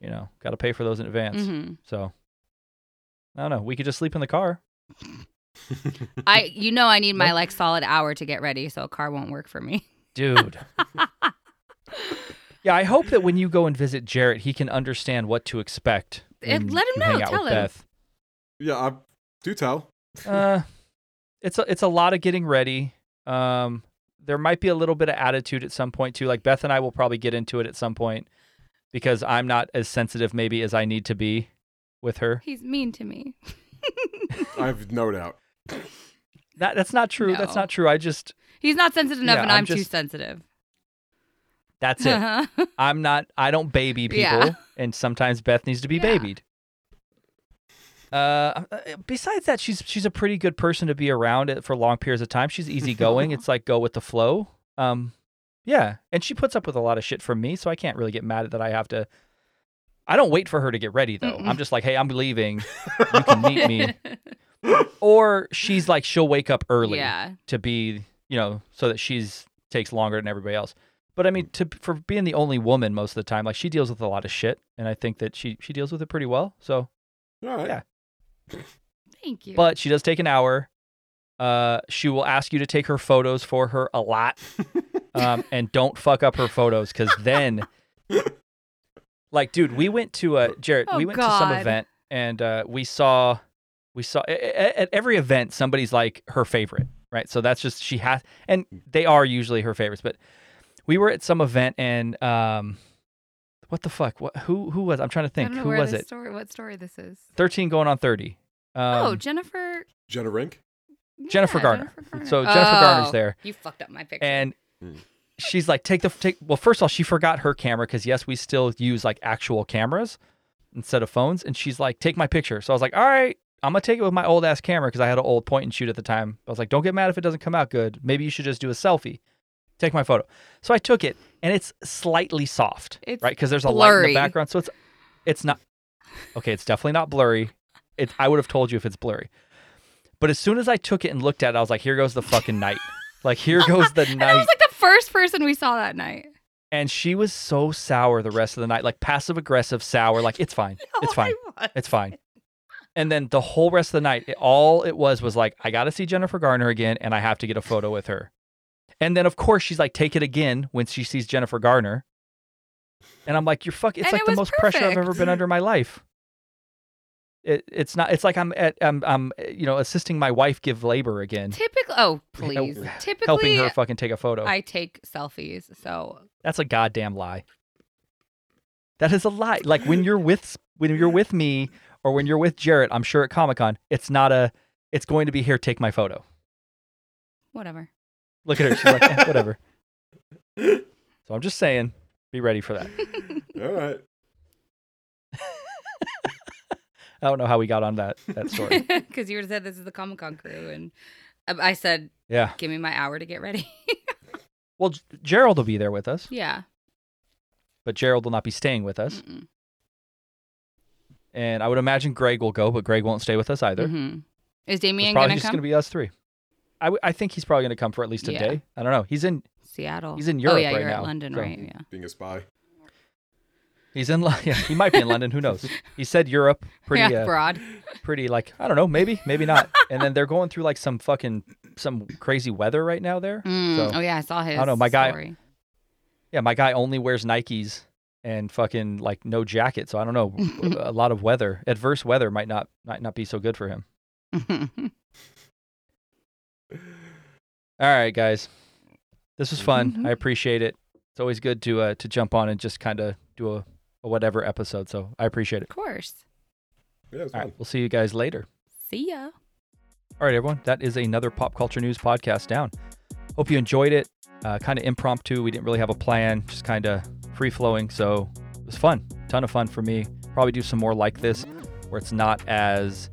you know, got to pay for those in advance. hmm So I don't know. We could just sleep in the car. I, you know, I need my Nope. like solid hour to get ready, so a car won't work for me. [laughs] Dude. yeah, I hope that when you go and visit Jarrett, he can understand what to expect. Eh, when let him you hang know. out Tell with him. Beth. [laughs] yeah. I, do tell. Uh, it's a, it's a lot of getting ready. Um, there might be a little bit of attitude at some point too. Like Beth and I will probably get into it at some point because I'm not as sensitive maybe as I need to be with her. He's mean to me. I've no doubt. That that's not true. That's No. not true. I just He's not sensitive enough, Yeah, and I'm I'm, too just- sensitive. that's [laughs] it. I'm not I don't baby people Yeah. and sometimes Beth needs to be Yeah. babied. Uh besides that she's she's a pretty good person to be around it for long periods of time. She's [laughs] easygoing. it's like go with the flow. Um yeah, and she puts up with a lot of shit from me, so I can't really get mad at that I have to I don't wait for her to get ready though. Mm-mm. I'm just like, "Hey, I'm [laughs] leaving. You can meet me." Or she's like she'll wake up early Yeah. to be, you know, so that she's takes longer than everybody else. But I mean, to for being the only woman most of the time, like she deals with a lot of shit, and I think that she she deals with it pretty well. So, All right. Yeah. Thank you. but she does take an hour. Uh, she will ask you to take her photos for her a [laughs] lot, um, and don't fuck up her photos because [laughs] then, like, dude, we went to uh, Jarrett, Oh, we went to some God. event and uh, we saw, we saw a- a- at every event somebody's like her favorite, right? So that's just she has, and they are usually her favorites. But we were at some event and um, what the fuck? What who who was? I'm trying to I think. don't know Who where was this it? Story, what story this is? Thirteen going on thirty. Um, oh, Jennifer. Jenna Rink. Jennifer yeah, Garner. Jennifer Garner. So Jennifer Garner's Oh, there. You fucked up my picture. [laughs] and Mm. she's like, take the take. Well, first of all, she forgot her camera because yes, we still use like actual cameras instead of phones. And she's like, take my picture. So I was like, all right, I'm gonna take it with my old ass camera because I had an old point and shoot at the time. I was like, don't get mad if it doesn't come out good. Maybe you should just do a selfie. Take my photo. So I took it, and it's slightly soft, It's right? Because there's a light in blurry. the background, so it's it's not okay. It's definitely not blurry. It, I would have told you if it's blurry. But as soon as I took it and looked at it, I was like, here goes the fucking night. Like here goes the [laughs] And I night was like the first person we saw that night. and she was so sour the rest of the night, like passive aggressive sour, like it's [laughs] fine, it's fine, it's fine. And then the whole rest of the night, it, all it was was like, I got to see Jennifer Garner again, and I have to get a photo with her. And then of course she's like, take it again when she sees Jennifer Garner. And I'm like, you're fuck. It's And like it the was most pressure I've ever been under in my life. It, it's not. It's like I'm at. I'm. I'm. You know, assisting my wife give labor again, Typically, oh please. helping Typically, her fucking take a photo. I take selfies. So That's a goddamn lie. That is a lie. Like when you're with when you're with me or when you're with Jarrett, I'm sure at Comic Con, it's not a. It's going to be here. Take my photo. whatever. Look at her. She's like "Eh, [laughs] whatever. So I'm just saying, be ready for that. All right. I don't know how we got on that that [laughs] story. Because you said this is the Comic Con crew, and um, I I said, Yeah. give me my hour to get ready. [laughs] Well, G- Gerald will be there with us. yeah. but Gerald will not be staying with us. Mm-mm. And I would imagine Greg will go, but Greg won't stay with us either. Mhm. Is It's Damien probably gonna just come? going to be us three. I, w- I think he's probably going to come for at least a Yeah. day. I don't know. He's in Seattle. he's in Oh Europe yeah, right you're now, at London, so- right? Yeah. being a spy. he's in Lo- [laughs] yeah, he might be in London. Who knows? He said Europe, [laughs] pretty yeah, uh, broad. pretty like I don't know, maybe maybe not. and then they're going through like some fucking some crazy weather right now there. Mm, so- oh yeah, I saw his. know, my guy- story. [laughs] Yeah, my guy only wears Nikes and fucking like no jacket, so I don't know. a lot of weather, adverse weather might not might not be so good for him. All right, guys, this was fun. Mm-hmm. I appreciate it. It's always good to uh, to jump on and just kind of do a, a whatever episode. So I appreciate it. of course. Yeah, it's All fun. right, we'll see you guys later. See ya. All right, everyone. That is another pop culture news podcast down. Hope you enjoyed it. Uh, kind of impromptu. We didn't really have a plan, just kind of free flowing. So it was fun. Ton of fun for me. Probably do some more like this where it's not as,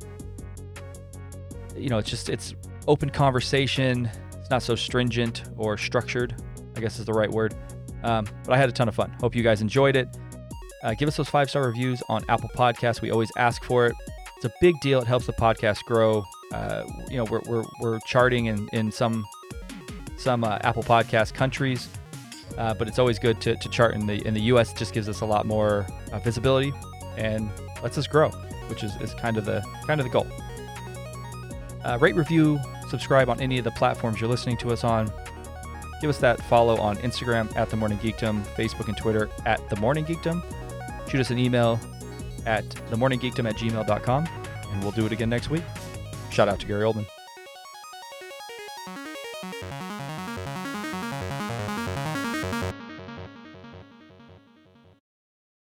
you know, it's just, it's open conversation. It's not so stringent or structured, I guess is the right word. Um, but I had a ton of fun. Hope you guys enjoyed it. Uh, give us those five star reviews on Apple Podcasts. We always ask for it. It's a big deal. It helps the podcast grow. Uh, you know, we're, we're, we're charting in, in some some uh, Apple Podcast countries, uh, but it's always good to, to chart in the in the U.S. It just gives us a lot more uh, visibility and lets us grow, which is, is kind of the kind of the goal. Uh, rate, review, subscribe on any of the platforms you're listening to us on. Give us that follow on Instagram at the Morning Geekdom, Facebook and Twitter at the Morning Geekdom. Shoot us an email at themorninggeekdom at gmail.com, and we'll do it again next week. Shout out to Gary Oldman.